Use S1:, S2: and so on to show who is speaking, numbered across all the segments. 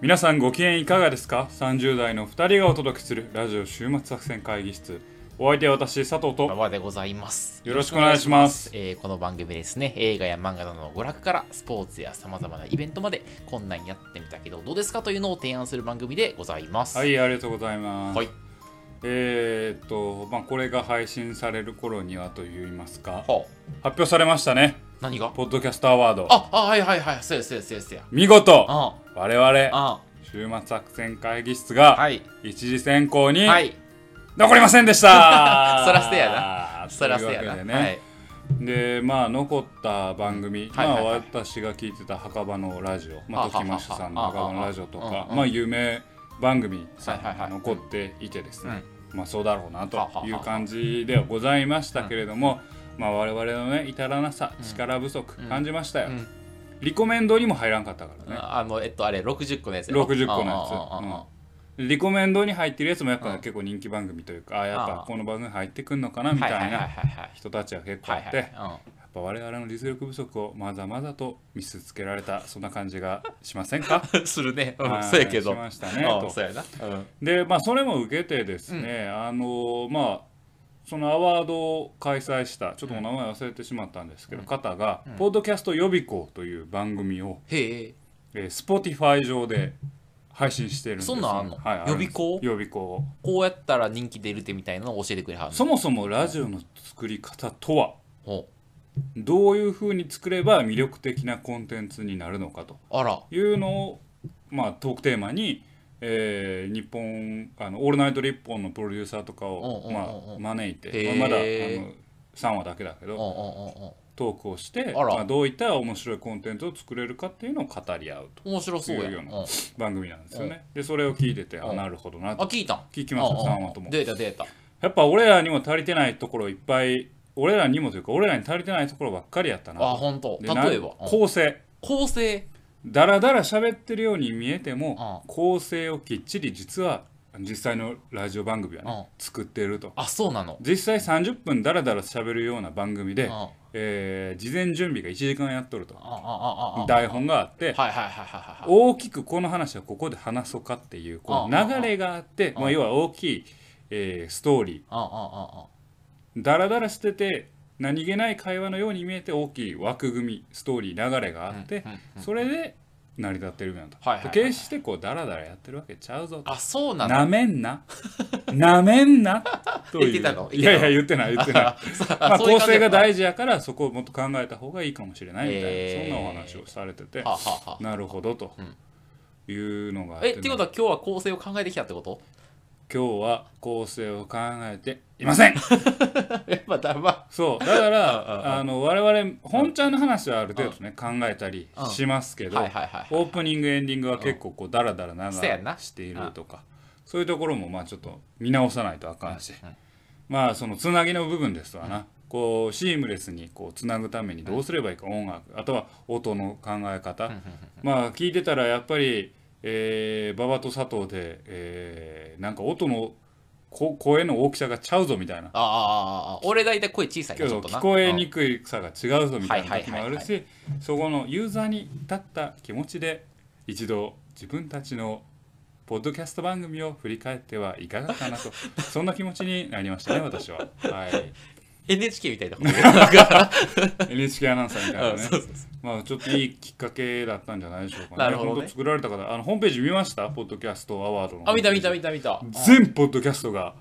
S1: 皆さんご機嫌いかがですか ?30 代の2人がお届けするラジオ週末作戦会議室。お相手は私、佐藤
S2: 馬
S1: と
S2: 場でございます。
S1: よろしくお願いします。
S2: えーこの番組ですね、映画や漫画などの娯楽からスポーツやさまざまなイベントまで、こんなんやってみたけど、どうですかというのを提案する番組でございます。
S1: は。い、ありがとうございます。
S2: はい。
S1: えー、っと、まあ、これが配信される頃にはといいますか、
S2: は
S1: 発表されましたね。
S2: あ、何が
S1: ポッドキャストアワード。
S2: あ、あ、はいはいはい、そうやそうやそうやそうや。
S1: 見事、
S2: あ、
S1: 我々、
S2: あ、
S1: 週末作戦会議室
S2: は
S1: が
S2: い。
S1: 一次選考に
S2: はい。
S1: 残りませんでした
S2: そらそうやなそらそうや
S1: というわ
S2: な。
S1: けでね。
S2: はい。
S1: でまあ残った番組、
S2: はいはいはい
S1: まあ私が聞いてた墓場のラジオ、ま
S2: は
S1: あ、
S2: あはあ
S1: 時増さんの
S2: はあ
S1: 墓場のラジオと
S2: はあは
S1: か
S2: あうんうん
S1: まあ有名番組さ
S2: はいはいは
S1: ん
S2: い
S1: 残っていてですね、まあそうだろうなと
S2: はあはあ
S1: いう感じではございましたけれども、まあ我々のね至らなさ力不足
S2: うん
S1: 感じましたよ、
S2: うん
S1: リコメンドにも入らんかったからね
S2: ああの、えっと、あれ、60個のやつや。
S1: 60個のやつ
S2: ああああああ
S1: リコメンドに入ってるやつもやっぱ
S2: うん
S1: 結構人気番組というかあやっ
S2: あ
S1: ぱ
S2: あ
S1: この番組入ってくんのかなみ
S2: はいは
S1: た
S2: い
S1: い
S2: はい
S1: な
S2: はいはい。
S1: 人たちが結構
S2: は
S1: あ
S2: い
S1: っ
S2: はい
S1: て。
S2: うん
S1: やっぱ我々の実力不足をまざまざと見せつけられたそんな感じがしません か
S2: するね。
S1: は
S2: うん、
S1: い
S2: そうやけど。
S1: しましたね
S2: うん
S1: と
S2: そうやな。うん。
S1: でまあそれも受けてですね、あのまあそのアワードを開催したちょっとお名前忘れてしまったんですけど、方が、ポッドキャスト予備校」という番組を、
S2: へえ。
S1: えー、Spotify 上で配信してるんですよ
S2: そんなんあんの
S1: はい、あるんです
S2: 予備校
S1: 予備校
S2: こうやったら人気出るってみたいなのを教えてくれはるの
S1: そもそもラジオの作り方とは
S2: ほ
S1: どういうふうに作れば魅力的なコンテンツになるのかと
S2: うあら。
S1: いうのを、まあ、トークテーマに、えー日本あの「オールナイトニッポン」のプロデューサーとかを、
S2: うんうんうんうん
S1: まあ、招い
S2: へ
S1: て、
S2: ー
S1: まあまだあの3話だけだけ
S2: う
S1: ど
S2: んうんうんうん。
S1: トークをして、
S2: あら
S1: まあ、どういった面白いコンテンツを作れるかっていうのを語り合うと
S2: 面白そう
S1: い
S2: やん。
S1: うよう
S2: う、
S1: んな
S2: あ、
S1: 番組なんですよね。でそれを聞いててあ
S2: うん
S1: なるほどなと
S2: 聞いたん
S1: 聞きました
S2: うん
S1: 3話と
S2: うん
S1: も。
S2: データデータ。
S1: やっぱ俺らにも足りてないところいっぱい俺らにもというか俺らに足りてないところばっかりやったな
S2: あ、
S1: と。
S2: ほんと。
S1: でな
S2: 例えば、うん
S1: 構成
S2: 構成。
S1: だらだら喋ってるように見えても、
S2: う
S1: 構成をきっちり実は実際のラジオ番組はね、
S2: う
S1: 作ってると
S2: あ、そうなの。
S1: 実際30分だらだら喋るような番組で、
S2: うん。あ
S1: えー事前準備が1時間やっとると
S2: あ、ああ、ああ。はい
S1: 台本があって
S2: はいはいはいはい。
S1: 大きくこの話はここで話そうかっていうこ
S2: あ
S1: の流れがあって
S2: あ
S1: まあ、要は大きい、えーストーリ
S2: ああ、ああ、あ
S1: ーだらだらしてて何気ない会話のように見えて大きい枠組みストーリー流れがあ
S2: あ。
S1: って、
S2: うんうんうん
S1: それで成り立ってるんやと、
S2: はいはいはい
S1: 決してこうダラダラやってるわけちゃうぞと
S2: あ、そうなの。
S1: なめんななめんなという
S2: 言ってたの
S1: いやいや言
S2: 言
S1: ってない言 ってないま
S2: あ
S1: あ、構成が
S2: 事。
S1: 大事やからそこをもっと考えた方がいいかもしれないみたいな、
S2: へー
S1: そんなお話をされてて
S2: はあはあは
S1: なるほどというのがあ
S2: あ
S1: って、
S2: え、ってことは今日は構成を考えてきたってこと
S1: 今日は構成を考えていません
S2: やっぱだま。
S1: そうだか
S2: うんうんうん
S1: らあの我々本ちゃんの話はある程度ね考えたり
S2: うん
S1: しますけど、
S2: はいはいはい。
S1: オープニングエンディングは結構こうダラダラ長
S2: そうやな
S1: くしているとかそういうところもまあちょっと見直さないとあかんしまあそのつなぎの部分ですわなこうシームレスにこうつなぐためにどうすればいいか音楽あとは音の考え方まあ聞いてたらやっぱりえー馬場と佐藤でえーなんか音のこ声の大きさがちゃうぞみたいな
S2: ああああ、ああ。俺大体声小さい
S1: け
S2: なち
S1: ど
S2: ょっとな。
S1: 聞こえにくいさが違うぞみたいな
S2: はいはい
S1: 時も
S2: はい
S1: あ
S2: はい
S1: るしそこのユーザーに立った気持ちで一度自分たちのポッドキャスト番組を振り返ってはいかがかな とそんな気持ちになりましたね私は、はい、
S2: うん NHK みたいなこと言うなんか
S1: NHK アナウンサーみたいな
S2: うん
S1: ね
S2: そうそうそう
S1: まあちょっといいきっかけだったんじゃないでしょうかね
S2: なるほどね
S1: 本当作られた方あのホームページ見ましたポッドキャストアワードの
S2: あ、見た見た
S1: ホーム
S2: 見た見た。
S1: ページ全ポッドキャストが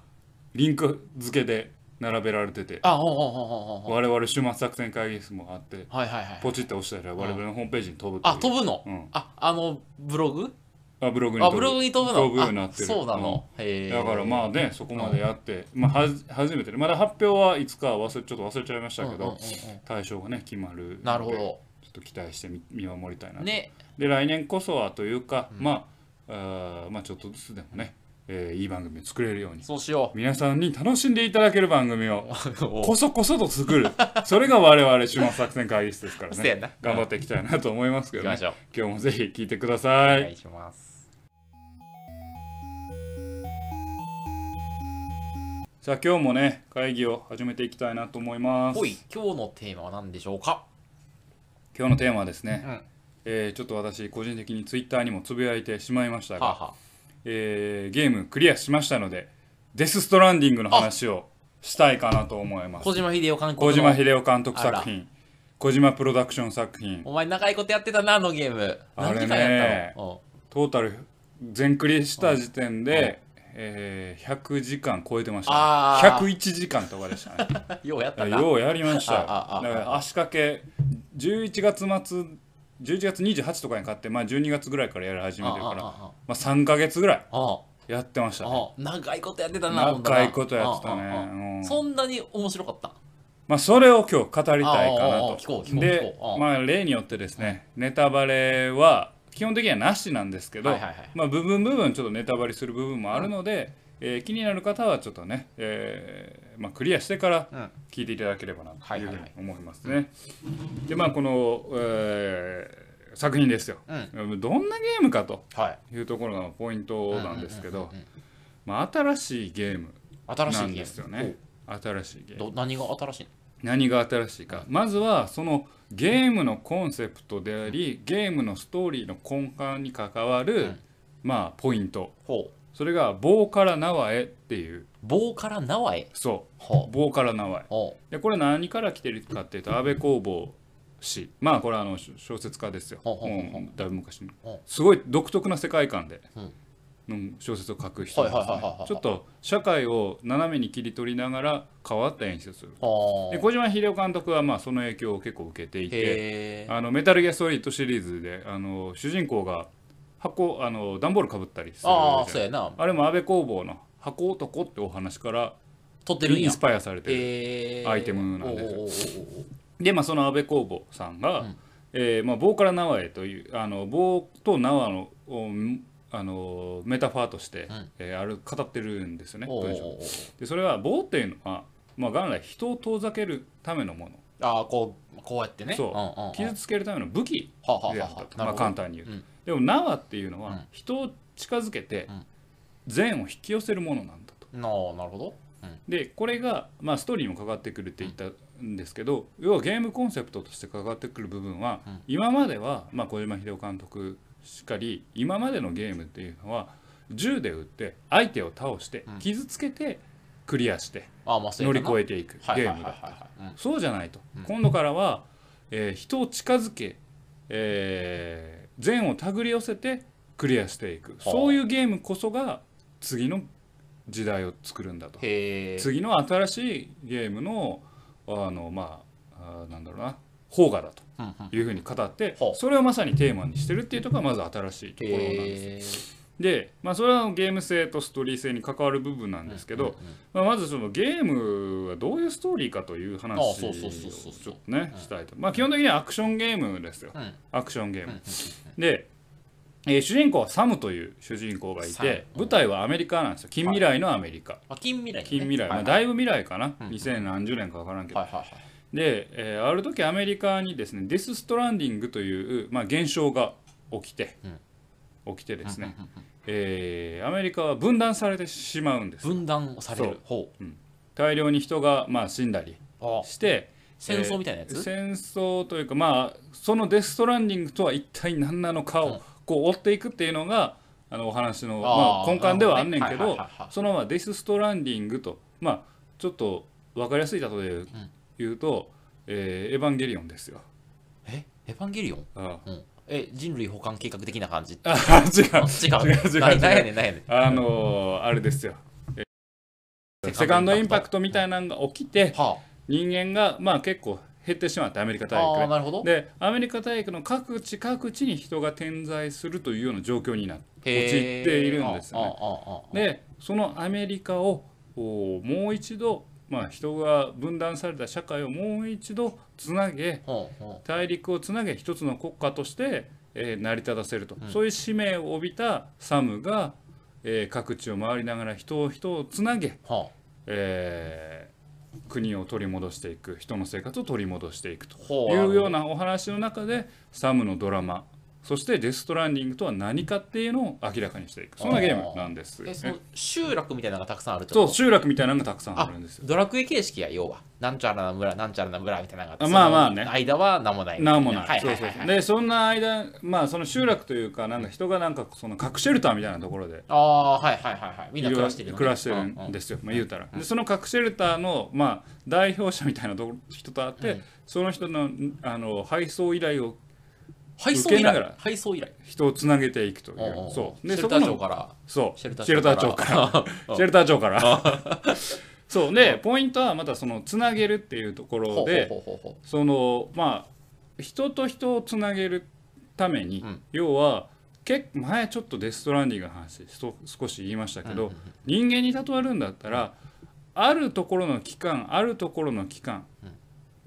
S1: リンク付けで並べられてて
S2: あ、ほんほんほんほんほん。
S1: 我々週末作戦会議室もあって
S2: はいはいはい。
S1: ポチって押したら我々のホームページに飛ぶっていう
S2: あ、飛ぶの、
S1: うん
S2: あ、あの、ブログ
S1: あブログに
S2: あ、
S1: 飛ぶ
S2: ブログに飛ぶの
S1: 飛ぶようになってる
S2: あそうなの。へ
S1: うん
S2: え。
S1: だからまあ
S2: あ、
S1: ねそこまでやって、まあ、はじ初めてねまだ発表はいつか忘れちょっと忘れちゃいましたけど、
S2: うんうんうんうん
S1: 対象がね決まるので
S2: なるほど。
S1: ちょっと期待してみ見守りたいなと
S2: ね、
S1: で来年こそはというか、まああーまあちょっとずつでもね、えーいい番組を作れるように
S2: そうしよう。
S1: 皆さんに楽しんでいただける番組を
S2: こ
S1: こそこそと作るそれが我々週末作戦会議室ですから
S2: そうやな
S1: ね頑張っていきたいなと思いますけ
S2: 行き
S1: ど、
S2: ま
S1: ね
S2: し、ょう。
S1: 今日もぜひ聞いてくださ
S2: お
S1: い
S2: 願いします。
S1: さあ今日もね会議を始めていきたいなと思います
S2: ほい、今日のテーマは何でしょうか
S1: 今日のテーマはですね、
S2: うん
S1: えーちょっと私個人的にツイッターにもつぶやいてしまいました
S2: はあ、
S1: が、
S2: は
S1: えーゲームクリアしましたのでデス・ストランディングの話をしたいかなと思いま
S2: あ、
S1: す
S2: 小島秀夫監督の
S1: 小島秀夫監督
S2: あ
S1: 作
S2: ら
S1: 品小島プロダクション作品
S2: お前長いことやってたなあのゲーム
S1: あ
S2: 何
S1: れね
S2: 時間やったの
S1: トータル全クリした時点で、えー100時間超えてました、ね、
S2: あー
S1: 101時間とかでしたね
S2: うん ようやっ
S1: いや
S2: たな
S1: ようやりましたよだ
S2: あああ
S1: から足掛け11月末11月28とかに買って、まあ、12月ぐらいからやり始めてるから
S2: ああああ
S1: まあ、3か月ぐらい
S2: あ
S1: やってましたね
S2: あ長いことやってたなほんとな
S1: 長いことやってたね
S2: ああああ
S1: うん
S2: そんなに面白かった
S1: まあ、それを今日語りたいか
S2: あ
S1: な
S2: あああああ
S1: と
S2: 聞こう聞こう聞
S1: で
S2: こうああ
S1: まあ例によってですねネタバレは基本的にはなしなんですけど、
S2: はいはいはい
S1: まあ、部分部分ちょっとネタバレする部分もあるので、えー気になる方はちょっとね、えーまあ、クリアしてから
S2: うん
S1: 聞いていただければなと
S2: はい
S1: いう
S2: は
S1: ふ
S2: いうは
S1: に
S2: い
S1: 思いますね。でまあこの、えー作品ですよ、どんなゲームかと
S2: はい
S1: いうところがポイントなんですけど、まあ、新しいゲーム
S2: 新しい
S1: な
S2: ゲー
S1: ん
S2: ム
S1: ですよね。新しいゲーム
S2: おど何が新しいの
S1: 何が新しいかまずはそのゲームのコンセプトでありゲームのストーリーの根幹に関わる、
S2: ん
S1: まあポイント
S2: ほう
S1: それが棒から縄へっていう
S2: 棒から縄へ
S1: そう
S2: ほう
S1: 棒から縄へ
S2: ほう
S1: でこれ何から来てるかっていうと安倍工房氏まあこれはあの小小説家ですよ
S2: ほうほうほうほう
S1: もうだいぶ昔に
S2: ほう
S1: すごい独特な世界観で
S2: うん
S1: うん小説を書く人なんです
S2: はいはいはいはいは
S1: ね
S2: い
S1: ちょっと社会を斜めに切り取りながら変わった演出をする
S2: ほう
S1: で小島秀夫監督はまあその影響を結構受けていて
S2: へえ
S1: あのメタルギアソリッドシリーズであの主人公が箱あの段ボールかぶったりするじゃない
S2: ああそうやな
S1: あれも安倍工房の箱男ってお話から
S2: 撮ってるん
S1: イン
S2: や
S1: スパイアされてる
S2: へえ
S1: アイテムなんですよ
S2: おうおうおうおう
S1: で、まあ、その安倍工房さんが、
S2: うん
S1: えーまあ、棒から縄へというあの棒と縄のをあのメタファーとして、
S2: うん
S1: えーある語ってるんですよね
S2: おうおう
S1: 文
S2: お
S1: 章
S2: うおう
S1: でそれは棒っていうのは、まあ、元来人を遠ざけるためのもの
S2: ああこうこうやってね
S1: そう
S2: うんうんうん
S1: 傷つけるための武器
S2: はあはあ
S1: であ
S2: は
S1: ったと
S2: あな
S1: まあ、
S2: るほど
S1: 簡単に言うと、
S2: うん
S1: でも縄っていうのは、
S2: うん
S1: 人を近づけて
S2: うん
S1: 善を引き寄せるものなんだと
S2: なあなるほど
S1: でこれが、まあ、ストーリーにもかかってくるって言ったんですけど、要はゲームコンセプトとしてかかってくる部分は、
S2: うん
S1: 今までは、まあ、小島秀夫監督しかり今までのゲームっていうのは銃で撃って相手を倒して
S2: うん
S1: 傷つけてクリアして
S2: ああまあそう
S1: 乗
S2: や
S1: り
S2: な
S1: 越えていくゲームだ
S2: はいはいはいはいはいうん
S1: そうじゃないと、
S2: うん
S1: 今度からは、えー人を近づけ、えー善を手繰り寄せてクリアしていく
S2: あ
S1: そういうゲームこそが次の時代を作るんだと
S2: へえ
S1: 次の新しいゲームのあのまああーなんだろうな方がだと
S2: うんうん
S1: いうふうに語って
S2: はあ
S1: それをまさにテーマにしてるっていうところがまず新しいところなんです。
S2: へえ
S1: で、まあ、それはゲーム性とストーリー性に関わる部分なんですけど、
S2: うんうんうん
S1: まあ、まずそのゲームはどういうストーリーかという話
S2: あ
S1: を
S2: あ
S1: ち
S2: そうそうそうそう
S1: ょっとね
S2: うん
S1: したいと、まあ、基本的にはアクションゲームですよ
S2: うん
S1: アクションゲー
S2: うんう
S1: ム
S2: ん
S1: で、えー主人公はサムという主人公がい
S2: サム
S1: て舞台はアメリカなんですよ近未来のアメリカ
S2: あ近未来だね
S1: 近未来、ま
S2: は
S1: あ、
S2: い
S1: だいぶ未来かな
S2: うん
S1: 2000何十年か分からんけど
S2: はいはいはい
S1: で、えーある時アメリカにですねデス・ストランディングという、まあ、現象が起きて
S2: うん
S1: 起きてですね
S2: うんうんうん
S1: えーアメリカは分断されてしまうんです
S2: 分断をされ
S1: そ
S2: るほ
S1: 大量に人がまあ死んだり
S2: うああ
S1: して
S2: 戦争みたいなやつ
S1: 戦争というかまあそのデス・ストランディングとは一体何なのか
S2: うん
S1: をこう追っていくっていうのがあのお話のま
S2: あー
S1: あ、根幹ではあんねんけ
S2: なるほ
S1: ど
S2: どねはいはいはいはい
S1: そのまあデス・ストランディングとまあちょっと分かりやすい例えで言うと、えーエヴァンゲリオン」ですよ。
S2: えエヴァンゲリオン
S1: あ
S2: うんえ人類補完計画的な感じ
S1: あ違
S2: あ
S1: う違
S2: 違う
S1: う違う
S2: ななんやねんなんやねん
S1: あのーあれですよ。えーセカンドインパクトみたいなのが起きて
S2: は
S1: 人間がまあ結構減ってしまってアメリカ
S2: あ
S1: 大陸
S2: あ
S1: ね
S2: あなるほど
S1: でアメリカ大陸の各地各地に人が点在するというような状況になって
S2: へえ
S1: 陥っているんですよね
S2: ああああああ
S1: でそのアメリカをおーもう一度、まあ、人が分断された社会をもう一度つなげ
S2: ほうほう
S1: 大陸をつなげ一つの国家として、えー成り立たせると、
S2: うん
S1: そういう使命を帯びたサムが、えー各地を回りながら人を人をつなげ、
S2: は
S1: えー国を取り戻していく人の生活を取り戻していくと
S2: あ、ほ
S1: いうようなお話の中でサムのドラマそしてデス・ストランディングとは何かっていうのを明らかにしていくそんなゲームなんです
S2: えその集落みたいなのがたくさんあるって
S1: そ
S2: こ
S1: う
S2: と
S1: 集落みたいなのがたくさんあ
S2: あ
S1: るんですよ
S2: ドラクエ形式や要はなんちゃらな村なんちゃらな村みたいなのがって
S1: あまあまあね
S2: その間は何もない
S1: なんもない、
S2: はいはいはい、
S1: そうそうそうでそんな間まあその集落というかなんか人がなんかその核シェルターみたいなところで
S2: ああはいはいはいはいみんな暮らしてるのね、
S1: 暮らしてる
S2: うんうん
S1: んですよ、まあ、言うたら、でその核シェルターの、まあ、代表者みたいなとこ人と会って、
S2: うん
S1: その人のあの配送依頼を
S2: 配送
S1: 受
S2: 以
S1: けながら
S2: 来配送以来
S1: 人をつなげていくという
S2: おうおう
S1: そう
S2: シェル
S1: そこ
S2: ター長
S1: の
S2: から
S1: そう
S2: シ
S1: シ
S2: ェ
S1: ェ
S2: ル
S1: ル
S2: タ
S1: ター
S2: ー長から
S1: 長からシェルター長から そうでポイントはまたそのつなげるっていうところで
S2: ほうほうほうほうほ
S1: そのまあ人と人をつなげるために、
S2: うん
S1: 要はけ前ちょっとデストランディングの話そ少し言いましたけど、
S2: うんうん
S1: 人間に例えるんだったらあるところの器官あるところの器官、
S2: うん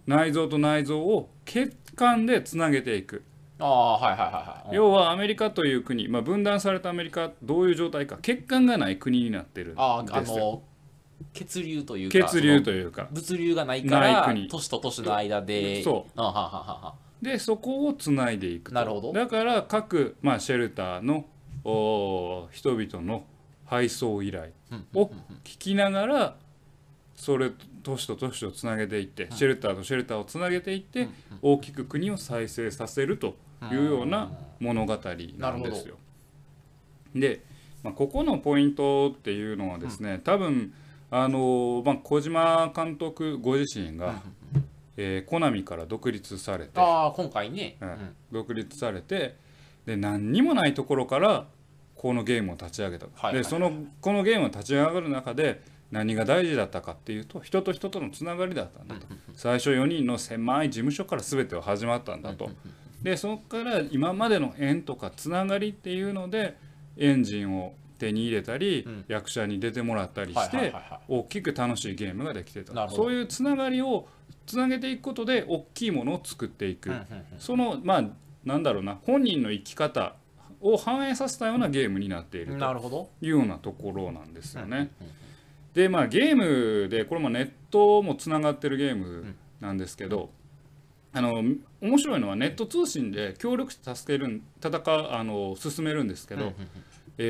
S1: 内臓と内臓を血管でつなげていく、
S2: うああはいはいはいはい
S1: 要はアメリカという国、まあ、分断されたアメリカどういう状態か血管がない国になってるん
S2: あああ
S1: ですよ
S2: の血流というか
S1: 血流
S2: その
S1: というか
S2: 物流がないから
S1: ない国
S2: 都市と都市の間で
S1: そう
S2: あはははは
S1: でそこをつないでいくと
S2: なるほど
S1: だから各、まあ、シェルターのおー人々の配送依頼を聞きながらそれ都市と都市をつなげていって、シェルターとシェルターをつなげていって、大きく国を再生させるというような物語なんですよ。で、まあ、ここのポイントっていうのはですね、多分あのーまあ、小島監督ご自身が、えーコナミから独立されて
S2: ああ今回ね、
S1: う
S2: うんん
S1: 独立されてで何にもないところからこのゲームを立ち上げた、
S2: はいはい
S1: でそのこのゲームを立ち上がる中で何が大事だったかっていうと人と人とのつながりだったんだと、最初4人の狭い事務所から全ては始まったんだと、でそこから今までの縁とかつながりっていうのでエンジンを手に入れたり、
S2: うん
S1: 役者に出てもらったり
S2: は
S1: し
S2: いはいはい
S1: て
S2: は
S1: 大きく楽しいゲームができて
S2: な
S1: た
S2: るほど
S1: そういうつながりをつなげていくことで大きいものを作っていく、
S2: いうんうんうん
S1: そのまあなんだろうな本人の生き方を反映させたようなゲームになっている
S2: な
S1: と
S2: るほど。
S1: いうようなところなんですよね。
S2: うんうん
S1: でまあゲームでこれもネットもつながってるゲームなんですけど、あの面白いのはネット通信で協力して助けるん戦うあの進めるんですけど、
S2: うんうんうん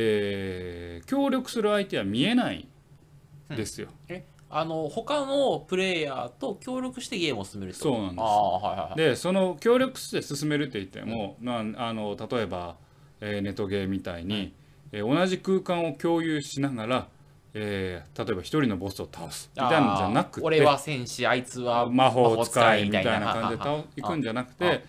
S1: えー協力する相手は見えないんですよ。
S2: え、あの他のプレイヤーと協力してゲームを進めるってこと
S1: そうなんです
S2: ああはいはいはい。
S1: でその協力して進めるって言っても、まあ、あの例えば、えーネットゲーみたいに、えー同じ空間を共有しながら、えー例えば一人のボスを倒すみたいなのじゃなくて
S2: あー俺は戦士、あいつは
S1: 魔法使いみたいな
S2: 魔
S1: 感じ
S2: 法使
S1: で倒いくんじゃなく
S2: ああ
S1: て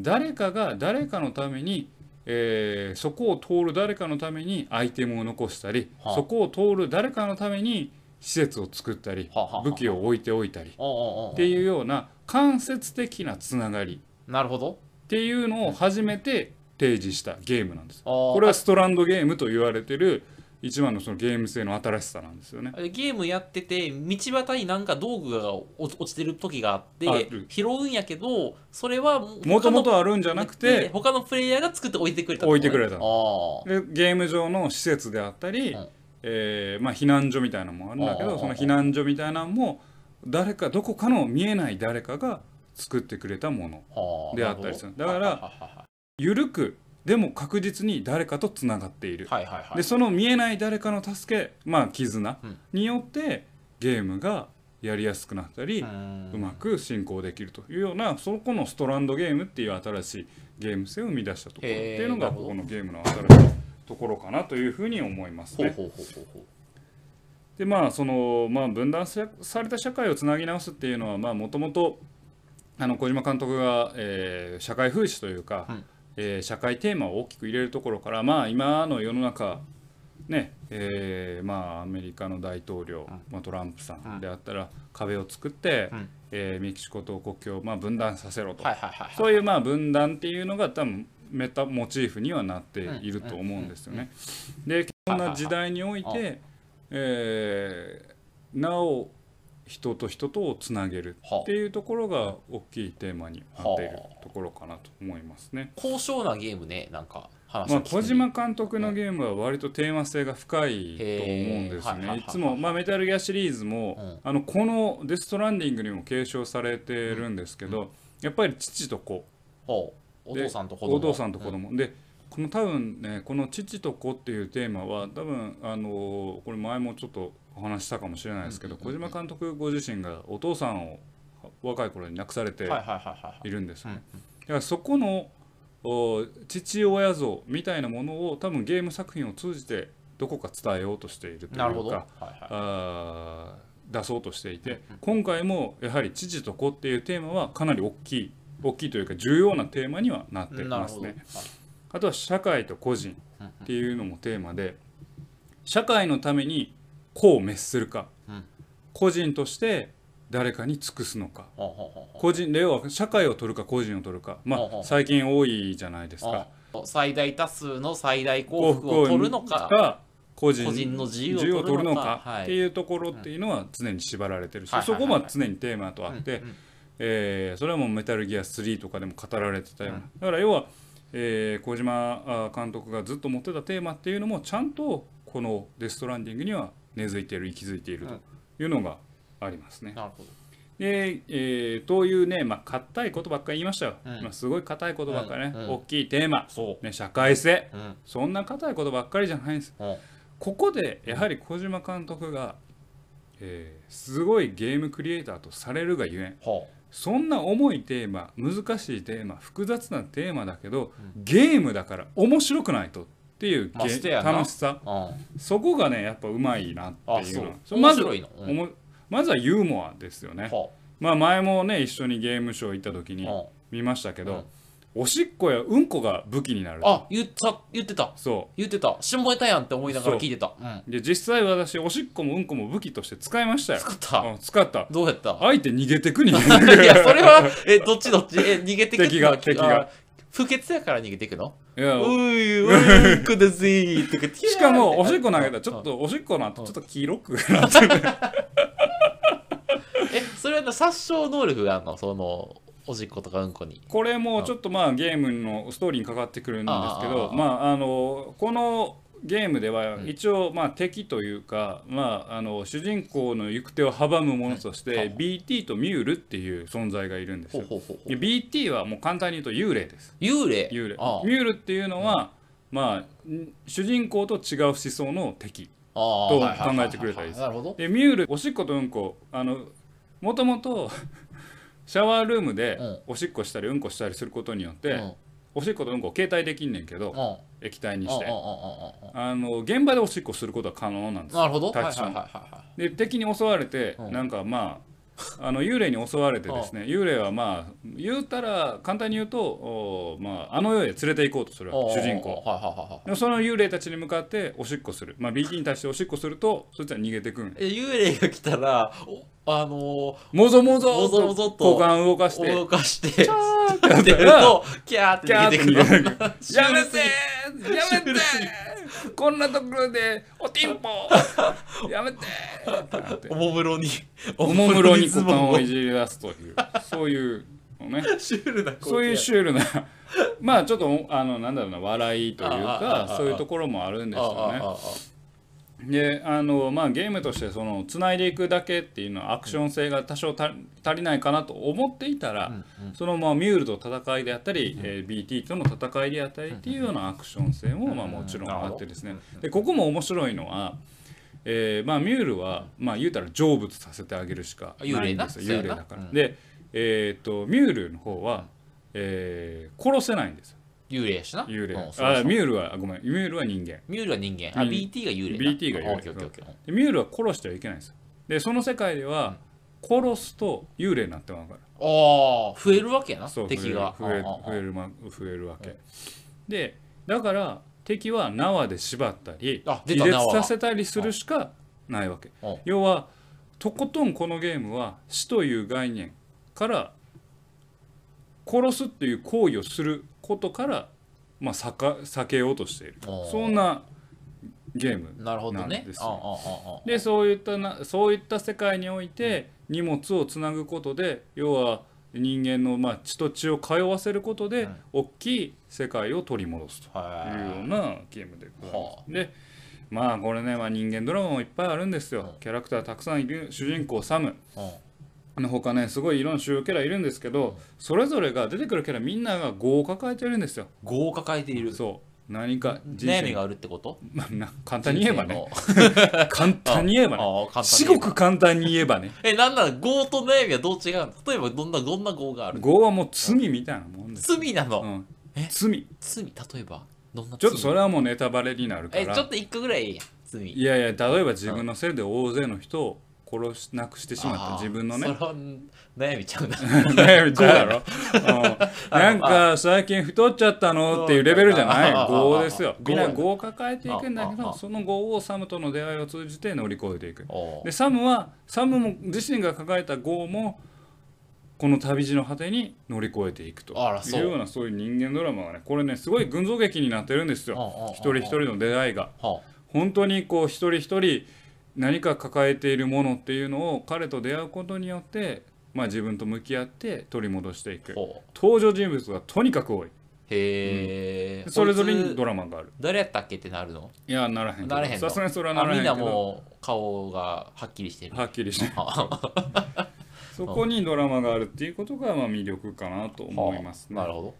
S1: 誰かが誰かのために、えーそこを通る誰かのためにアイテムを残したり
S2: はあ
S1: そこを通る誰かのために施設を作ったり
S2: はあはあはあ
S1: 武器を置いておいたりっ
S2: おうおうおう
S1: ていうような間接的なつながり
S2: なるほど。
S1: っていうのを初めて提示したゲームなんです。
S2: こ
S1: これはストランドゲームと言われてる一番のそのゲーム性の新しさなんですよね。
S2: ゲームやってて道端になんか道具が落落ちてる時があって
S1: ある
S2: 拾うんやけどそれはも
S1: もとも
S2: は
S1: とあるんじゃなくて
S2: 他のプレイヤーが作って置いてくれた
S1: 置いてくれた
S2: あ
S1: の
S2: あ
S1: でゲーム上の施設であったり、
S2: うん
S1: えーまあ、避難所みたいなのもあるんだけ
S2: うんうんうんう
S1: どその
S2: ん
S1: 避難所みたいなのも誰かどこかの見えない誰かが作ってくれたもの
S2: はあ
S1: であったりするだから
S2: なほどは
S1: 緩くでも確実に誰かとつながっている
S2: いはいはいはい
S1: でその見えない誰かの助けまあ絆
S2: うん
S1: によってゲームがやりやすくなったり、
S2: う
S1: う
S2: ーん
S1: まく進行できるというようなそこのストランドゲームっていう新しいゲーム性を生み出したところっ
S2: へー
S1: ていうの
S2: な
S1: が
S2: るほど
S1: ここのゲームの新しいところかなというふうに思います
S2: ほう
S1: ね。
S2: ほうほうほうほう
S1: でまあその、まあ、分断さされた社会をつなぎ直すっていうのはまあもともとあの小島監督が、えー社会風刺というか、
S2: うん
S1: えー社会テーマを大きく入れるところからまあ今の世の中ねえーまあアメリカの大統領、まあ、トランプさ
S2: うん
S1: んであったら壁を作って、
S2: うん
S1: えーメキシコと国境を、まあ、分断させろと、
S2: はいはいはい
S1: そういうまあ分断っていうのが多分メタモチーフにはなっていると思うんですよね。でそんな時代におい
S2: はいは
S1: て、えーなお人と人とをつなげる
S2: はあ
S1: っていうところが大きいテーマになっているところかなと思いますね。
S2: 高尚なゲームねなんか話
S1: ま
S2: を
S1: あ、
S2: 聞く
S1: 小
S2: に
S1: 島監督のゲームは割とテーマ性が深いと思うんですよ
S2: へーはいはいはいは
S1: ね。
S2: い
S1: いつも、まあ、メタルギアシリーズも、
S2: うん
S1: あのこの「デス・ストランディング」にも継承されてるんですけど、やっぱり父と子
S2: ほうお父さんと子供
S1: お父さんと子供、でこの多分ねこの「父と子」っていうテーマは多分あのこれ前もちょっとお話ししたかもしれないですけど、
S2: うんうんうんうん
S1: 小島監督ご自身がお父さんを若い頃に亡くされて
S2: はいはいはいはい
S1: るんですよね、
S2: うん
S1: だからそこのお父親像みたいなものを多分ゲーム作品を通じてどこか伝えようとしているというか
S2: なるほど、はいは
S1: あー出そうとしていて今回もやはり「父と子」っていうテーマはかなり大きい大きいというか重要なテーマにはなって
S2: い、なる
S1: ます
S2: ほど、
S1: ね。あとは社会と個人っていうのもテーマで社会のために子を滅するか
S2: うん
S1: 個人として誰かに尽くすのか
S2: ほうほうほうほう
S1: 個人例は社会を取るか個人を取るかま
S2: ほうほ
S1: あ
S2: う
S1: 最近多いじゃないですか
S2: 最大多数の最大幸福を取るのか
S1: が個人
S2: 個人の自由を
S1: 自由を取るの
S2: 取るのかは
S1: か
S2: い
S1: っていうところっていうのは常に縛られてるし、
S2: はいはい
S1: そ
S2: はい
S1: こも常にテーマとあって、
S2: うんうん
S1: えーそれはもうメタルギア3とかでも語られてたような、だから要は、えー小島あー監督がずっと持ってたテーマっていうのもちゃんとこの「デストランディング」には根付いている息づいているというのがありますね。
S2: なるほど
S1: で、えーというねまあ硬いことばっかり言いましたよ、
S2: うん
S1: まあ、すごい硬いことばっかりね、
S2: うんうん
S1: 大きいテーマ、
S2: そ
S1: ね、社会性
S2: う、うん
S1: そんな硬いことばっかりじゃないんです
S2: うん
S1: ここでやはり小島監督が、えーすごいゲームクリエイターとされるがゆえん
S2: ほ
S1: そんな重いテーマ難しいテーマ複雑なテーマだけどゲームだから面白くないとっていうゲ、
S2: まあそうやな
S1: 楽しさ
S2: う、うん、
S1: そこがねやっぱうまいなって
S2: あ
S1: いう
S2: そ
S1: の
S2: う
S1: はそれ
S2: 面
S1: まず
S2: 白いの、うん
S1: おもまずはユーモアですよね
S2: ほ
S1: まあ前もね一緒にゲームショー行った時
S2: う、う
S1: に
S2: ん、
S1: 見ましたけ
S2: う
S1: ど
S2: ん、
S1: おしっこやうんこが武器になる
S2: あ言った言ってた
S1: そう
S2: 言ってた下ネタやんって思いながら聞いてた、うん、
S1: で実際私おしっこもうんこも武器として使いましたよ
S2: 使った
S1: うん使った
S2: どうやった
S1: 相手逃げてくに逃げ
S2: いや、それは、え、どっちどっちえ、逃げてく
S1: 敵が敵が。
S2: あ不潔やから逃げてくの
S1: いや
S2: うーい、うーい、くだぜーとか、
S1: しかもおしっこ投げた
S2: た
S1: らちょっ。
S2: うん
S1: とおしっこの後
S2: うん
S1: ちょっと黄色く
S2: え、それは殺傷能力があるのその、おしっことかうんこに。
S1: これもちょっとまあゲームのストーリーにかかってくるんですけ
S2: あああ
S1: ど
S2: あ
S1: まああのこのゲームでは一応まあ敵というか、まあ、あの主人公の行く手を阻むものとし
S2: う
S1: て
S2: ん
S1: BT とミュールっていう存在がいるんです
S2: ほう
S1: よ。
S2: ほうほうほ
S1: で
S2: う。
S1: BT はもう簡単に言うと幽霊です。
S2: 幽霊。
S1: 幽霊
S2: あ
S1: ミュールっていうのは、まあん主人公と違う思想の敵
S2: ああ
S1: と
S2: あはいはいはい
S1: 考えてくれたらいいです
S2: なるほど。
S1: でミュールおしっことうんこあのもともと シャワールームで
S2: うん
S1: おしっこしたりうんこしたりすることによって、
S2: うん。うん。
S1: おしっことうんこを携帯できんねんけど、
S2: うんうん
S1: 液体に
S2: うんうん
S1: して、
S2: うん
S1: あの現場でおしっこすることは可能なん
S2: うん
S1: です
S2: なるほど。はいは
S1: タ
S2: い
S1: ッチ
S2: はい
S1: の
S2: は
S1: で敵に襲われて、
S2: うん
S1: なんかまああの幽霊に襲われてですね幽霊はまあ言うたら簡単に言うとおまあ、あの世へ連れて行こうとする
S2: い
S1: わ
S2: はい。
S1: け主人公
S2: はいはいはいはい。
S1: でもその幽霊たちに向かっておしっこする、まあ、BT に対しておしっこするとそいつは逃げてくん
S2: え幽霊が来たら、おあの
S1: もぞもぞ
S2: もぞもぞっと
S1: と股間を動か
S2: ー、
S1: して
S2: 脅かして、や
S1: キャー
S2: ってると、キャーって
S1: キャー
S2: 逃
S1: っ
S2: げ
S1: て
S2: てく
S1: 逃
S2: の。
S1: げてくるやめてーやめ
S2: シュールすぎ
S1: てーこんなところでおティ ンポーやめてーってなって
S2: おもむろに、
S1: おもむろに
S2: ズ
S1: 股
S2: ボン
S1: 間
S2: を
S1: をいじり出すというそういうのね
S2: シュールな光景
S1: そういうシュールなまあちょっとあのなんだろうな笑いという
S2: あああ
S1: か
S2: あ
S1: そういうところもあるんです
S2: ああ
S1: よね。
S2: あああ
S1: であのまあ、ゲームとしてその繋いでいくだけっていうのはアクション性が多少た足りないかなと思っていたら、そのまあミュールと戦いであったり、えー BT との戦いであったりっていうようなアクション性もまあもちろんあってですねでここも面白いのは、えーまあ、ミュールは、まあ、言うたら成仏させてあげるしかないんですよ
S2: 幽
S1: 幽
S2: 霊
S1: 霊
S2: な
S1: だから。
S2: そうやなうん
S1: で、えーっとミュールの方は、えー殺せないんですよ
S2: 幽霊やしな
S1: 幽霊。
S2: うんそう
S1: あ
S2: そう
S1: ミュールはごめんミュールは人間。
S2: ミュールは人間あ
S1: うん
S2: BT が幽霊な
S1: BT が幽霊
S2: あオッケーオッケーオッケー
S1: でミュールは殺してはいけないんですよでその世界では殺すと幽霊になってわかる
S2: ああ増えるわけやな
S1: そう
S2: 敵が
S1: 増える
S2: ああああ
S1: 増える増えるま増えるわけでだから敵は縄で縛ったり
S2: あ出た
S1: 離裂
S2: 縄
S1: させたりするしかないわけ
S2: うん
S1: 要はとことんこのゲームは死という概念から殺すっていう行為をすることから、まあ、避か避けようとしている
S2: あー
S1: そんなゲーム
S2: なるほど
S1: なん
S2: ね
S1: です
S2: あ
S1: よ
S2: あああああ
S1: でそういったなそういった世界において荷物をつなぐことで要は人間のまあ血と血を通わせることで、
S2: うん
S1: 大きい世界を取り戻すと
S2: はい
S1: いうようなゲームでございます
S2: は。
S1: でまあこれね、まあ、人間ドラマもいっぱいあるんですよ。キャラクターたくさんいる主人公サム
S2: うん
S1: あの他ねすごいいろんな主要キャラいるんですけどそれぞれが出てくるキャラみんなが業を抱えてるんですよ
S2: 業を抱えている
S1: そう何か人
S2: 悩み
S1: 生
S2: があるってこと
S1: まあな簡単に言えばね
S2: 人
S1: 簡単に言えばね
S2: 生のああ簡単に
S1: 至極簡単に言えばね
S2: えなんなら業と悩みはどう違うの例えばどんなどんな業がある
S1: 業はもう罪みたいなもんです、
S2: 罪なの、
S1: うん
S2: え、
S1: 罪
S2: 罪例えばどんな罪
S1: ちょっとそれはもうネタバレになるか
S2: えちょっ
S1: ら
S2: と一個ぐらい罪
S1: いやいや例えば自分のせいで大勢の人を殺しなくしてしまった自分のね
S2: あーそれは悩みちゃう な
S1: 悩みちゃうやろ、うんなんか最近太っちゃったのっていうレベルじゃない
S2: ああ
S1: 業ですよ
S2: あ
S1: みんな業を抱えていくんだけ
S2: ああ
S1: ど
S2: あ
S1: その業をサムとの出会いを通じて乗り越えていく
S2: お
S1: でサムはサムも自身が抱えた業もこの旅路の果てに乗り越えていくと
S2: あら
S1: い
S2: そう
S1: うようなそういう人間ドラマがねこれねすごい群像劇になってるんです
S2: あああああ
S1: よ
S2: あ
S1: 一人一人の出会いが
S2: は
S1: 本当にこう一人一人何か抱えているものっていうのを彼と出会うことによって、まあ、自分と向き合って取り戻してい
S2: あ
S1: く
S2: ほう
S1: 登場人物がとにかく多い
S2: へえ、
S1: それぞれ
S2: こい
S1: に
S2: つ
S1: ドラマがある
S2: 誰やったっけってなるの
S1: いやならへんけど
S2: ならへんの
S1: さすがにそれはな
S2: あ
S1: らへ
S2: み
S1: ん
S2: ん
S1: け
S2: な
S1: ど
S2: もう顔がはっきりしてる
S1: はっきりして
S2: あ
S1: そこにドラマがあるっていうことがまあ魅力かなと思いますね
S2: なるほ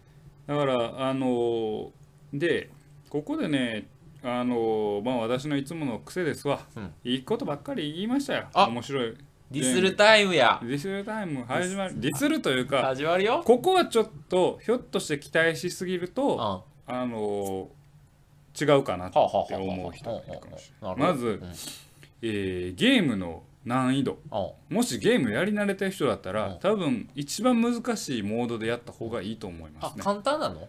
S2: ど
S1: だからあのーでここでねあのーまあ私のいつもの癖ですわ、
S2: うん
S1: いいことばっかり言いましたよ
S2: あ
S1: 面白い
S2: ディスルタイムや
S1: ディスルタイム始まるディスるというか
S2: 始まるよ
S1: ここはちょっとひょっとして期待しすぎる
S2: うん
S1: と
S2: は
S1: あのー違うかなっ
S2: あはあは
S1: て
S2: あはあ
S1: 思う人がいるかもしれない
S2: な
S1: ま
S2: るほど
S1: ず
S2: うん、
S1: えーゲームの難易度
S2: あ
S1: もしゲームやり慣れてる人だった
S2: う
S1: ら
S2: ん
S1: 多分一番難しいモードでやった方がいいと思いま
S2: あ
S1: すね
S2: 簡単なの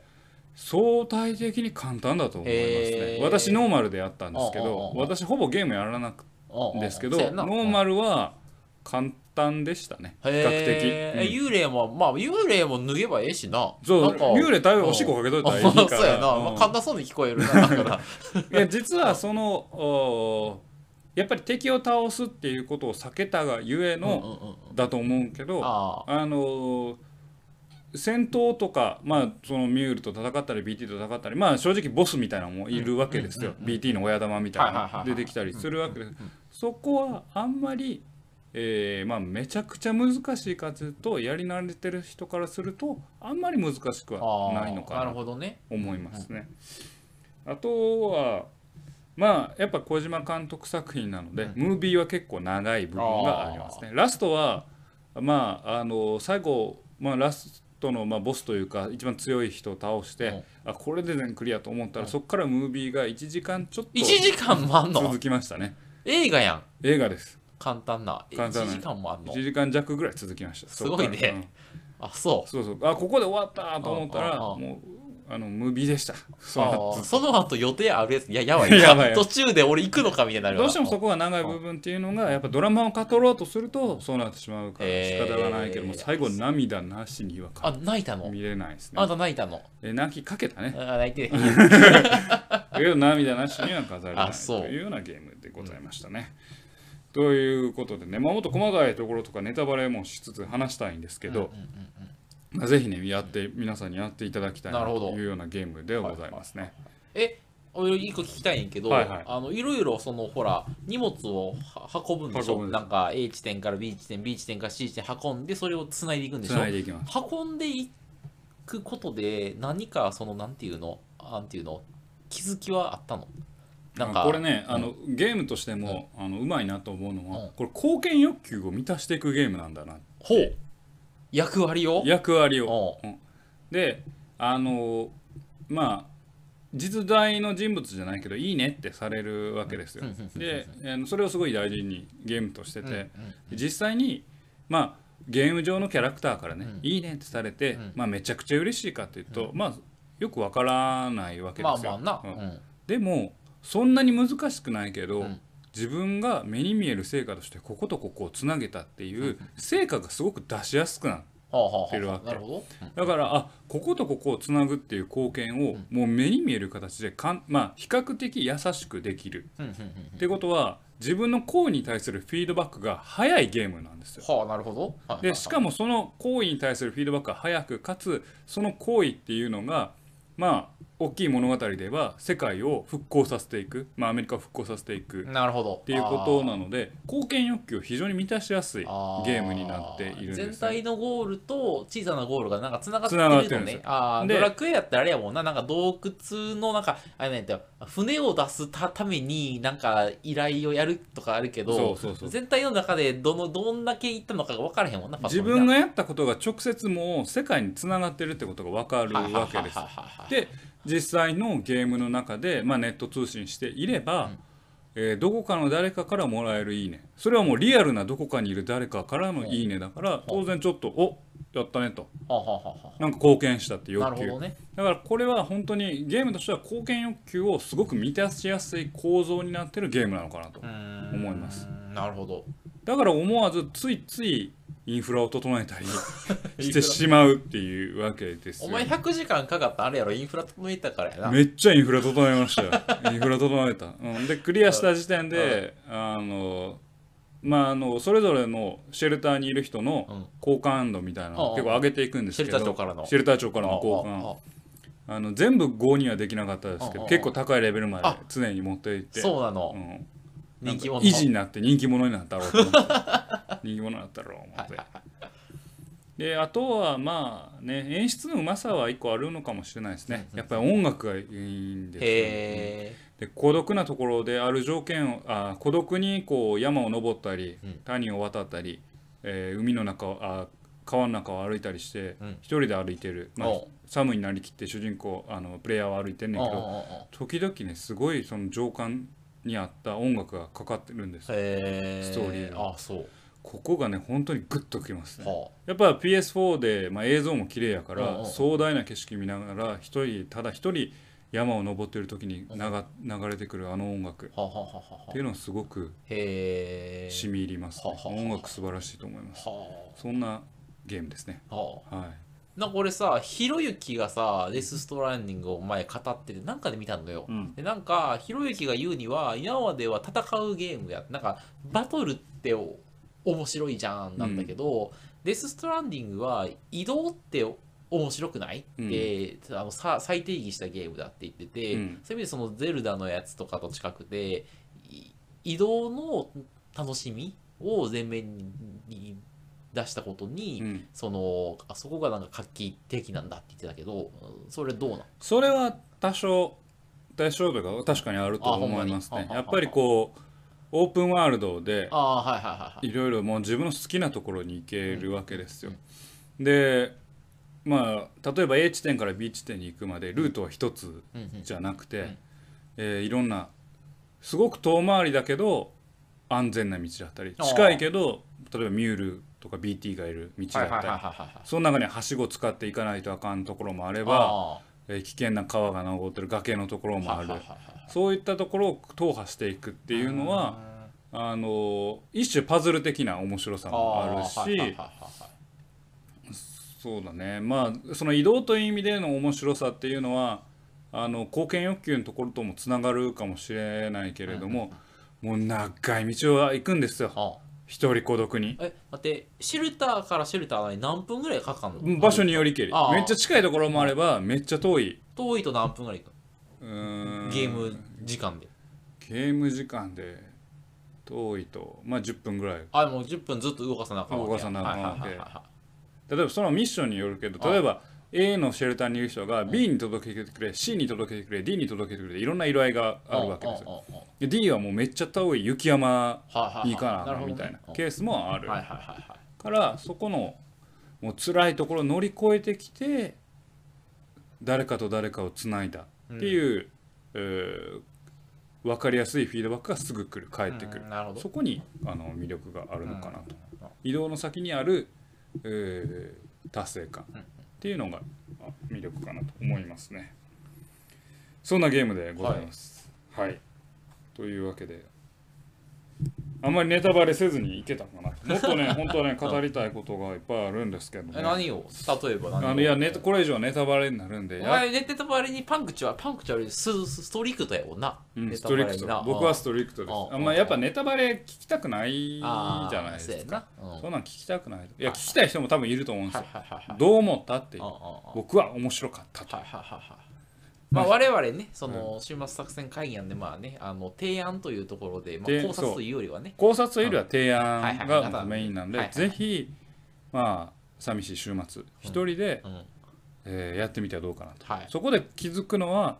S1: 相対的に簡単だと思いますね
S2: へー
S1: 私ノーマルでやったんですけ
S2: うんうん
S1: ど
S2: うんうん
S1: 私ほぼゲームやらなく
S2: うん
S1: て
S2: うん
S1: ですけど
S2: そうや
S1: ノ
S2: な
S1: ーマルは簡単でしたね比
S2: へ
S1: 較
S2: え
S1: 的、うん
S2: 幽霊もまあ幽霊も脱げばええしな
S1: そう
S2: なんか
S1: 幽霊だいぶおしっこかけといたらいいか
S2: あ
S1: ら
S2: そうやな、
S1: うん
S2: まあ、簡単そうに聞こえるなだから
S1: いや実はそのおーやっぱり敵を倒すっていうことを避けたがゆえ
S2: うんうん
S1: の
S2: うん
S1: だと思うけど、
S2: あ
S1: あのー戦闘とか、まあ、そのミュールと戦ったり BT と戦ったり、まあ、正直ボスみたいなのもいるわけですよ、BT の親玉みたい
S2: はいはいはい
S1: な
S2: はい
S1: 出てきたりするわけです、そこはあんまり、えーまあ、めちゃくちゃ難しいかというとやり慣れてる人からするとあんまり難しく
S2: あ
S1: は
S2: ー
S1: ないのかな
S2: るほどね
S1: 思いますね。あとはまあやっぱ小島監督作品なので、ムービーは結構長い部分がありますね。ラストはまああの最後、まあ、ラストの、まあ、ボスというか一番強い人を倒して、あこれで全クリアと思ったら、そこからムービーが1時間ちょっ
S2: 1時
S1: と
S2: 間もあんの
S1: 続きましたね。
S2: 映画やん
S1: 映画です。
S2: 簡単な一
S1: 簡単な
S2: 時間もあんの
S1: 1時間弱ぐらい続きました。
S2: すごいね
S1: そっからうん
S2: あそう
S1: そうそうあここで終わったと思ったら
S2: あああ
S1: もうあのムービーでした。そ
S2: あ
S1: の
S2: ーその後予定あるやついややばい
S1: やばい
S2: 途中で俺行くのかみたいになるわ
S1: どうしてもそこが長い部分っていうのがやっぱドラマを語ろうとするとそうなってしまうから仕
S2: えー
S1: 方がないけども最後涙なしには
S2: あ泣いたの
S1: 見れないですね
S2: あ。なた泣いたの
S1: え泣きかけ たね。
S2: あ泣いてない
S1: だけど涙なしには飾れな
S2: あ
S1: い
S2: そ
S1: と
S2: う
S1: いうようなゲームでございましたね。ということでね、まあ、もっと細かいところとかネタバレもしつつ話したいんですけど、まあ、ぜひねやって皆さんにやっていただきたいな
S2: なるほど
S1: というようなゲームではございますね。
S2: え俺一個聞きたいんやけど、
S1: はいはい
S2: あのいろいろそのほら荷物をは運ぶんでしょ
S1: 運ぶんです
S2: なんか A 地点から B 地点 B 地点から C 地点運んでそれをつないでいくんで
S1: つ
S2: しょ
S1: ないでいきます。
S2: 運んでいくことで何かそのなんていうのなんていうの気づきはあったのなんか
S1: あこれね、
S2: うん
S1: あのゲームとしても、あのうまいなと思うのは、
S2: うん
S1: これ貢献欲求を満たしていくゲームなんだな
S2: ほう役割を
S1: 役割を。
S2: お
S1: であのまあ実在の人物じゃないけどいいねってされるわけですよ
S2: うんうんうんう。ん
S1: であのそれをすごい大事にゲームとして
S2: うんうん
S1: て、実際にまあゲーム上のキャラクターからね、
S2: うん
S1: いいねってされて、
S2: うん
S1: まあ、めちゃくちゃ嬉しいかっていうと、まあよくわからないわけ
S2: ま
S1: で
S2: あ
S1: す
S2: ま
S1: よ。
S2: あな、
S1: うん
S2: うん
S1: でもそんなに難しくないけど、
S2: うん
S1: 自分が目に見える成果としてこことここをつなげたっていう成果がすごく出しやすくなる
S2: はあはあはあ
S1: てるわけ
S2: なるほど、う
S1: だ
S2: ん
S1: からあこことここをつなぐっていう貢献をもう目に見える形でかん、まあ、比較的優しくできる
S2: うんうんうん
S1: ってことは自分の行為に対するフィードバックが早いゲームなんですよ。
S2: うんはあなるほど、はいはいはい
S1: でしかもその行為に対するフィードバックが早くかつその行為っていうのがまあ大きい物語で言えば世界を復興させていく、まあ、アメリカを復興させていくっ
S2: なるほど。って
S1: いうことなので貢献欲求を非常に満たしやすいゲ
S2: あ
S1: ームになっているんです、
S2: 全体のゴールと小さなゴールがなんかつながってる
S1: 繋が
S2: の
S1: ってるんです
S2: ね
S1: よ
S2: ああ
S1: で
S2: ドラクエやったらあれやもんななんか洞窟のなんかあれなんだよ船を出すたためになんか依頼をやるとかあるけど
S1: そうそうそう
S2: 全体の中でどのどんだけ行ったのかが分からへんもんなパソ
S1: 自
S2: コン
S1: 分
S2: みたい
S1: がやったことが直接もう世界につながってるってことが分かる
S2: な
S1: わけです
S2: ははははは
S1: で実際のゲームの中で、まあ、ネット通信していれば、
S2: ん
S1: えーどこかの誰かからもらえる「いいね」それはもうリアルなどこかにいる誰かからの「いいね」だから当然ちょっと「おやったね」と
S2: はははは
S1: なんか貢献したって欲
S2: なるほ
S1: 求
S2: どね
S1: だからこれは本当にゲームとしては貢献欲求をすごく満たしやすい構造になってるゲームなのかなと
S2: うーん
S1: 思います
S2: なるほど
S1: だから思わずついついインフラを整えたり してしまうっていうわけです
S2: お
S1: よ
S2: 前100時間かかったあれやろインフラ整えたからやな
S1: めっちゃインフラ整えま したよインフラ整えた、うん、でクリアした時点であのまああのそれぞれのシェルターにいる人
S2: う
S1: の
S2: ん
S1: 好感度みたいなの
S2: あ
S1: を
S2: あ
S1: 結構上げていくんですけど
S2: シェルター長からの
S1: シェルター長からの好
S2: ああ
S1: 感
S2: あ
S1: あの全部5にはできなかったですけ
S2: ああ
S1: ど
S2: あ
S1: 結構高いレベルまで
S2: あ
S1: 常に持っていって
S2: そうなの、
S1: うん
S2: 人気者
S1: 維持になって人気者になったろう と思って人気者になったろう思ってであとはまあね演出のうまさは一個あるのかもしれないですねやっぱり音楽がいいんですよね
S2: へえ
S1: で孤独なところである条件をあ孤独にこう山を登ったり
S2: うん
S1: 谷を渡ったり、えー海の中をあ川の中を歩いたりして、
S2: うん
S1: 一人で歩いてる、まあ
S2: おう、
S1: 寒になりきって主人公あのプレイヤーは歩いてんねんけど時々ねすごいその情感に合った音楽がかかってるんです
S2: へえ
S1: ストーリーが
S2: あそう
S1: ここがね本当にグッときますね
S2: は
S1: やっぱ PS4 で、まあ、映像も綺麗やか
S2: うんうんう
S1: ら
S2: ん
S1: 壮大な景色見ながら一人ただ一人山を登ってる時になが流れてくるあの音楽っ
S2: あはあはあはあはあ
S1: ていうのはすごく
S2: へえ
S1: 染み入ります、ね
S2: はあはあはあ
S1: 音楽素晴らしいと思います
S2: は
S1: そんなゲームですね
S2: あはあ
S1: は
S2: なんか俺さひろゆきがさデス・ストランディングを前語っててなんかで見たんだよ、
S1: い、うん、
S2: でなんかひろゆきが言うには今までは戦うゲームやなんかバトルってお面白いじゃんなんだけど、デス・ストランディングは移動って面白くないって、あのさ再定義したゲームだって言ってて、
S1: うん
S2: そういう意味でそのゼルダのやつとかと近くてい移動の楽しみを前面に出したことに、
S1: うん
S2: そのあそこがなんか画期的なんだって言ってたけどうんそれどうなん
S1: それは多少多少というか確かにあると
S2: あほん
S1: 思
S2: ま
S1: い
S2: に
S1: ます
S2: はあ
S1: ね
S2: はあ
S1: やっぱりこうオープンワールドで
S2: ああはいはいはいはい
S1: いろいろもう自分の好きなところに行けるわけですよ
S2: うん。
S1: でまあ例えば A 地点から B 地点に行くまでルートは一つ
S2: うんうん
S1: じゃなくて、
S2: ん
S1: えーいろんなすごく遠回りだけど安全な道だったり
S2: あー
S1: 近いけど例えばミュールとか BT がいる道だ
S2: は
S1: っ
S2: いはいはい
S1: た
S2: はい
S1: り
S2: はいはい
S1: その中にはしご使っていかないとあかんところもあれば、
S2: あ
S1: えー危険な川が流ってる崖のところ
S2: あ
S1: もあ
S2: はいは
S1: る
S2: いはいはい
S1: そういったところを踏破していくっていうのはあの一種パズル的な面白さ
S2: あ
S1: も
S2: ー
S1: ある
S2: はいはいはい
S1: し
S2: はいはい
S1: そうだねまあその移動という意味での面白さっていうのはあの貢献欲求のところともつながるかもしれないけれども、もう長い道を行くんですよ
S2: あ
S1: 一人孤独に
S2: ーえ待ってシェルターからシェルターまで何分ぐらいかかるの
S1: 場所によりけり
S2: ああ
S1: めっちゃ近いところもあればめっちゃ遠い
S2: 遠いと何分ぐらいか
S1: うーん
S2: ゲーム時間で
S1: ゲーム時間で遠いとまあ10分ぐらい
S2: あもう10分ずっと動かさなあかんわけ
S1: 動
S2: や
S1: かさなあかんわけ
S2: はいはいはいはい
S1: 例えばそのミッションによるけど例えば A のシェルターにいる人が B に届けてくれ C に届けてくれ D に届けてくれいろんな色合いがあるわけですよ
S2: よ
S1: で D はもうめっちゃ遠い雪山
S2: はいはい
S1: に行かなあかんみたいなケースもある
S2: はいはいはいはい
S1: からそこのもう辛いところを乗り越えてきて誰かと誰かをつないだっていう、えー分かりやすいフィードバックがすぐ来る返ってくる
S2: うんなるほど
S1: そこにあの魅力があるのかなと、
S2: うん
S1: 移動の先にある、えー達成感っていうのがあ魅力かなと思いますねそんなゲームでございますはい、というわけであんまりネタバレせずにいけたか なもっとね本当はね語りたいことがいっぱいあるんですけどね
S2: え何を例えば何を
S1: あのいやネタこれ以上はネタバレになるんで
S2: お
S1: や
S2: 前ネタバレにパンクチはパンクチはススストリクトやもんな、
S1: うん、
S2: ネ
S1: ス
S2: タ
S1: ト
S2: バ
S1: リ
S2: レ
S1: ク
S2: に
S1: ト
S2: な
S1: 僕はストリクトです
S2: うん
S1: あんまやっぱネタバレ聞きたくないじ
S2: あー
S1: ゃないですか
S2: そうやなうん
S1: そんなん聞きたくないいや聞きたい人も多分いると思うんです
S2: はい
S1: よ
S2: はいはいはい
S1: どう思ったっていう
S2: ああああ
S1: 僕は面白かったと
S2: はいはいはいはいまあ、我々ね、その終末作戦会議なんで、まあね、あの提案というところで、ま
S1: で
S2: あ、考察というよりはね、
S1: 考察よりは提
S2: はいは
S1: 案
S2: いはい
S1: がメインなん
S2: はい
S1: で
S2: はい
S1: ぜひまあ寂しい週末一人で
S2: うん、
S1: えーやってみてはどうかなと
S2: はい、
S1: そこで気づくのは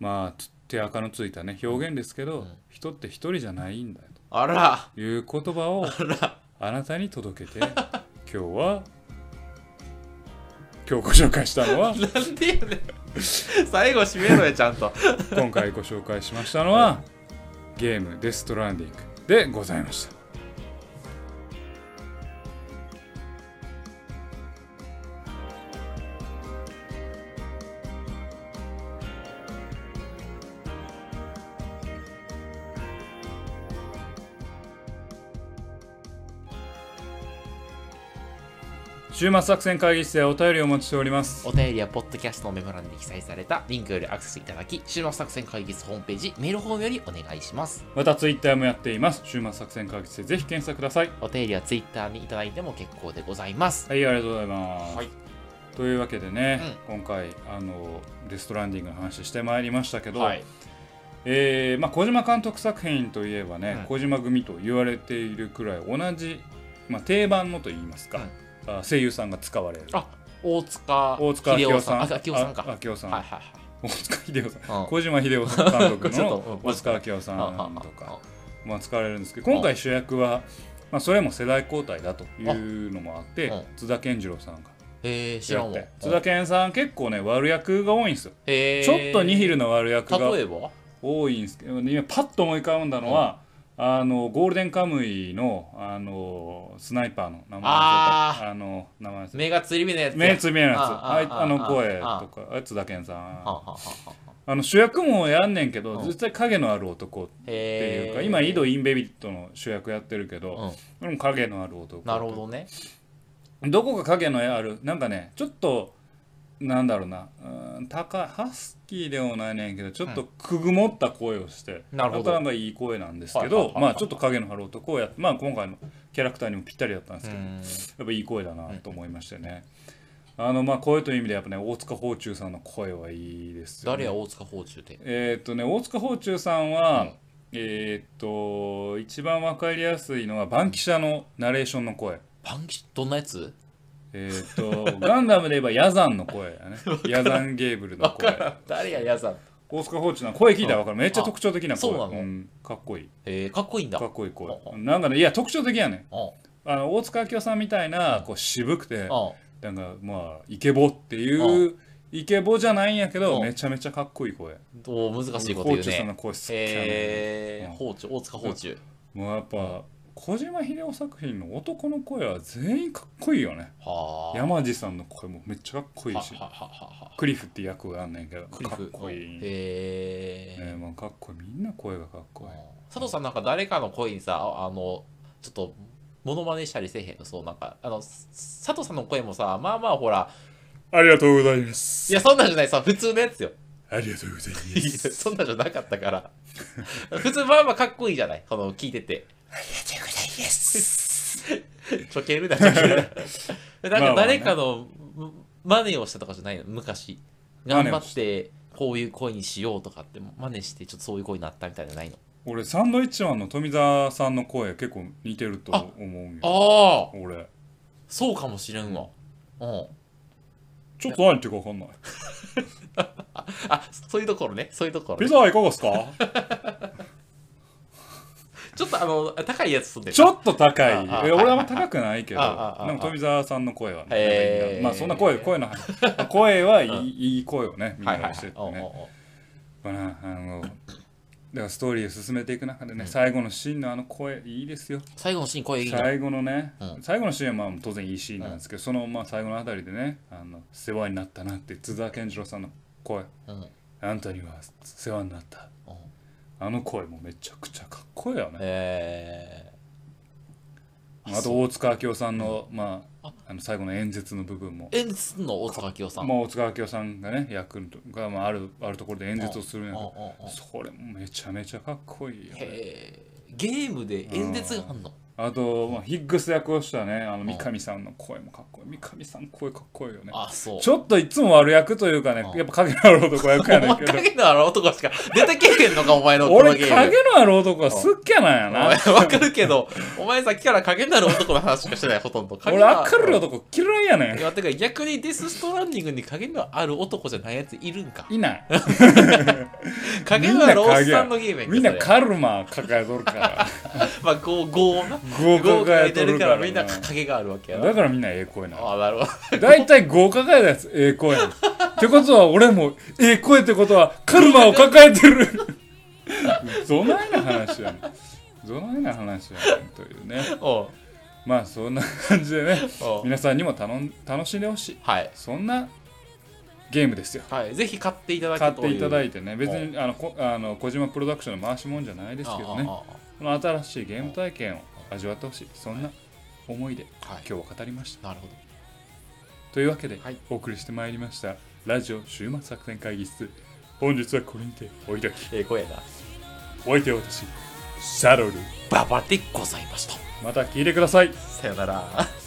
S1: まあつ手垢のついたね表現ですけど、
S2: うん
S1: 人って一人じゃないんだよ
S2: あら、
S1: という言葉を
S2: あら、
S1: あなたに届けて今日は今日ご紹介したの は
S2: なんでやねん。最後締めろや、ちゃんと。
S1: 今回ご紹介しましたのはゲーム「デストランディング」でございました。週末作戦会議室でお便りをお待ちしております。
S2: お便りは、ポッドキャストのメモ欄に記載されたリンクよりアクセスいただき、終末作戦会議室ホームページ、メールフォームよりお願いします。
S1: またツイッターもやっています。週末作戦会議室でぜひ検索ください。
S2: お便りは Twitter にいただいても結構でございます。
S1: はい、ありがとうございます。
S2: はい
S1: というわけでね、今回あのデストランディングの話してまいりましたけど、
S2: はい、
S1: えーまあ、小島監督作品といえばね、
S2: うん
S1: 小島組と言われているくらい同じ、まあ、定番のといいますか、あ声優さんが使われる。
S2: あ大塚
S1: 大塚
S2: 秀
S1: 明
S2: 夫
S1: 夫
S2: さ
S1: さ
S2: ん。
S1: ん、
S2: あ、明夫さんか。
S1: あ明夫さん、
S2: はいはい
S1: 大塚秀夫さん、
S2: はい。
S1: 小島秀夫さん監督
S2: ちょっと
S1: の
S2: うん
S1: 大塚明夫さ
S2: うん
S1: んとか、まあ、使われるんですけど今
S2: う
S1: 回主役は、まあ、それも世代交代だというのもあって
S2: うん
S1: 津田健次郎さんが
S2: えー、知ら
S1: や
S2: ん
S1: っ
S2: わ
S1: て。津田健さん結構ね悪役が多いんですよ、
S2: えー、
S1: ちょっとニヒルの悪役が
S2: 例えば
S1: 多いんですけど今パッと思い浮かんだのは、あのゴールデンカムイのあのスナイパーの名前
S2: あ
S1: あの名前忘れた
S2: 目がつり目のやつや。
S1: 目つみやなやつ
S2: ああ
S1: あい
S2: あ
S1: あの声と
S2: あ
S1: かあ津田健さん
S2: はんはんはんはん
S1: あの主役もやんねんけど
S2: うん
S1: 絶対影のある男って
S2: え
S1: いう
S2: ー、
S1: か、今井戸インベビットの主役やってるけど、
S2: うん
S1: でも影のある男
S2: なるほどね。
S1: どこか影のあるなんかねちょっとなんだろうなうーん高いハスキーではないねんけどちょっとくぐもった声をして、
S2: なるほど
S1: かなかいい声なんですけ
S2: はいはい
S1: ど
S2: はいはい
S1: まあちょっと影のある男をやってまあ今回のキャラクターにもぴったりだったんで
S2: う
S1: すけど、や
S2: ん。
S1: っぱいい声だなと思いましてね、あのまあ声という意味でやっぱね大塚芳忠さんの声はいいですよ、ね、
S2: 誰や大塚宝中で。
S1: えーっとね大塚芳忠さんは、えーっと一番わかりやすいのはバンキシャのナレーションの声
S2: パンキどんなやつ
S1: えーっとガンダムで言えばヤザンの声 だねヤザンゲーブルの声
S2: 誰や、やさん。
S1: 大塚芳忠の声聞いたら分かるめっちゃ特徴的な
S2: あそう
S1: 声
S2: なの
S1: んかっこいい
S2: えー、かっこいいんだ。
S1: か
S2: うん
S1: っこいい声
S2: ああ
S1: なんかねいや特徴的やね
S2: うん
S1: あの大塚明夫さんみたいなこう渋くて
S2: あ
S1: なんかまあイケボっていうイケボじゃないんやけ
S2: あ
S1: ど
S2: あ
S1: めちゃめちゃかっこいい声
S2: どう難しいこ
S1: 芳
S2: と言う
S1: 忠さん
S2: ね。
S1: の声好きやね、
S2: え
S1: う
S2: ー、
S1: ん
S2: 宝中、大塚宝中。
S1: もうやっぱ小島秀夫作品の男の声は全員かっこいいよね
S2: はあ。
S1: 山地さんの声もめっちゃかっこいい
S2: は
S1: し
S2: はははは
S1: クリフっていう役があんねんけど
S2: クリ
S1: か
S2: フ
S1: っこいい、ね
S2: へえ
S1: えまあ、かっこいいみんな声がかっこいい
S2: 佐藤さんなんか誰かの声にさああのちょっとモノマネしたりせえへんのそうなんかあのす佐藤さんの声もさまあまあほら
S1: ありがとうございます
S2: いやそんなんじゃないさ普通のやつよ
S1: ありがとうござい
S2: い やそんなんじゃなかったから普通まあまあかっこいいじゃないこの聞いててありがとうございますちょけるな ちょけるななんか誰かの真似をしたとかじゃないの昔
S1: 真
S2: 頑
S1: 似
S2: 張
S1: を
S2: っ
S1: して
S2: こういう声にしようとかって真似してちょっとそういう声になったみたいじゃないの
S1: 俺サンドイッチマンの富澤さんの声結構似てると思うんよ
S2: ああ
S1: 俺
S2: そうかもしれんわ。うん。
S1: ちょっと何言ってるか分かんない
S2: あ、そういうところね。そういうところ、
S1: ピ
S2: ね。
S1: ザはいかがですか
S2: ちょっとあの、高いやつすんで
S1: ちょっと高い
S2: あああ
S1: え俺はあんま高くないけど
S2: ああああ
S1: なんか富澤さんの声はね
S2: へ
S1: な
S2: え
S1: んかいいなまあそんな声声の声はいい,、いい声をねみん
S2: は
S1: ない
S2: はい
S1: で
S2: は
S1: して
S2: い
S1: っ。
S2: お
S1: て
S2: う
S1: ね
S2: おうおう
S1: まあなあのだからストーリーを進めていく中でね、最後のシーンのあの声いいですよ
S2: 最後のシーン、声いいんだ。
S1: 最後のね、
S2: うん
S1: 最後のシーンはまあ当然いいシーンなんですけど、そのまあ最後のあたりでねあの世話になったなって津田健次郎さんの声
S2: うん。
S1: あんたには世話になったあの声もめちゃくちゃかっこいいよね、
S2: えー
S1: あと大塚明夫さんの,、まあ、あの最後の演説の部分も
S2: ー、演説すんの大塚明夫さん。
S1: まあ、大塚明夫さんがね役が、まあ、あるあるところで演説をするんやけど
S2: うんうんうん
S1: それもめちゃめちゃかっこいいよね
S2: へえ。ゲームで演説があんの
S1: あと、まあ、ヒッグス役をしたねあの三上さんの声もかっこいい三上さん声かっこいいよね
S2: あそう
S1: ちょっといつも悪役というかね
S2: うん
S1: やっぱ影のある男役やねんけど
S2: 影のある男しか出てけえへんのか、お前のこの
S1: 俺
S2: ゲ
S1: 影
S2: ーム。
S1: のある男はすっきゃなんや
S2: お
S1: な
S2: 前わかるけど、お前さっきから影のある男の話しかしてない、ほとんど。
S1: 俺
S2: 影のあ
S1: 明るい男嫌いやね
S2: いや、てか逆にデスストランディングに影のある男じゃないやついるんか
S1: ん。いない
S2: 影のあるおっさんのゲームやけど。
S1: みんな
S2: それ
S1: カルマ抱えとるから
S2: まあ、こう、豪な。
S1: 豪
S2: 豪
S1: 抱
S2: 華
S1: え
S2: い
S1: と
S2: て
S1: る
S2: る
S1: か
S2: からら、
S1: な
S2: みんな影があるわけや
S1: だ
S2: な。
S1: からみんなええ声な
S2: ああ、なるほど。
S1: 大体豪華えたやつええ声やんってことは俺もええ声ってことはカルマを抱えてるどないな話やねんどないな話やねんというね
S2: おう
S1: まあそんな感じでね
S2: おう
S1: 皆さんにも頼ん楽しんでほしい
S2: はい。
S1: そんなゲームですよ
S2: はい。ぜひ買っていただ
S1: 買っ
S2: け
S1: ていただいてね別
S2: う
S1: にあのこあの小島プロダクションの回しもんじゃないですけどね
S2: あああ
S1: この新しいゲーム体験を味わってほしいそんな思いで
S2: あはい。
S1: 今日は語りました
S2: なるほど。
S1: というわけで、
S2: はい
S1: お送りしてまいりましたラジオ終末作戦会議室本日はこれにておいで
S2: ええ声やな。
S1: お相手は私シャロル
S2: ババでございました。
S1: また聞いてください
S2: さよなら。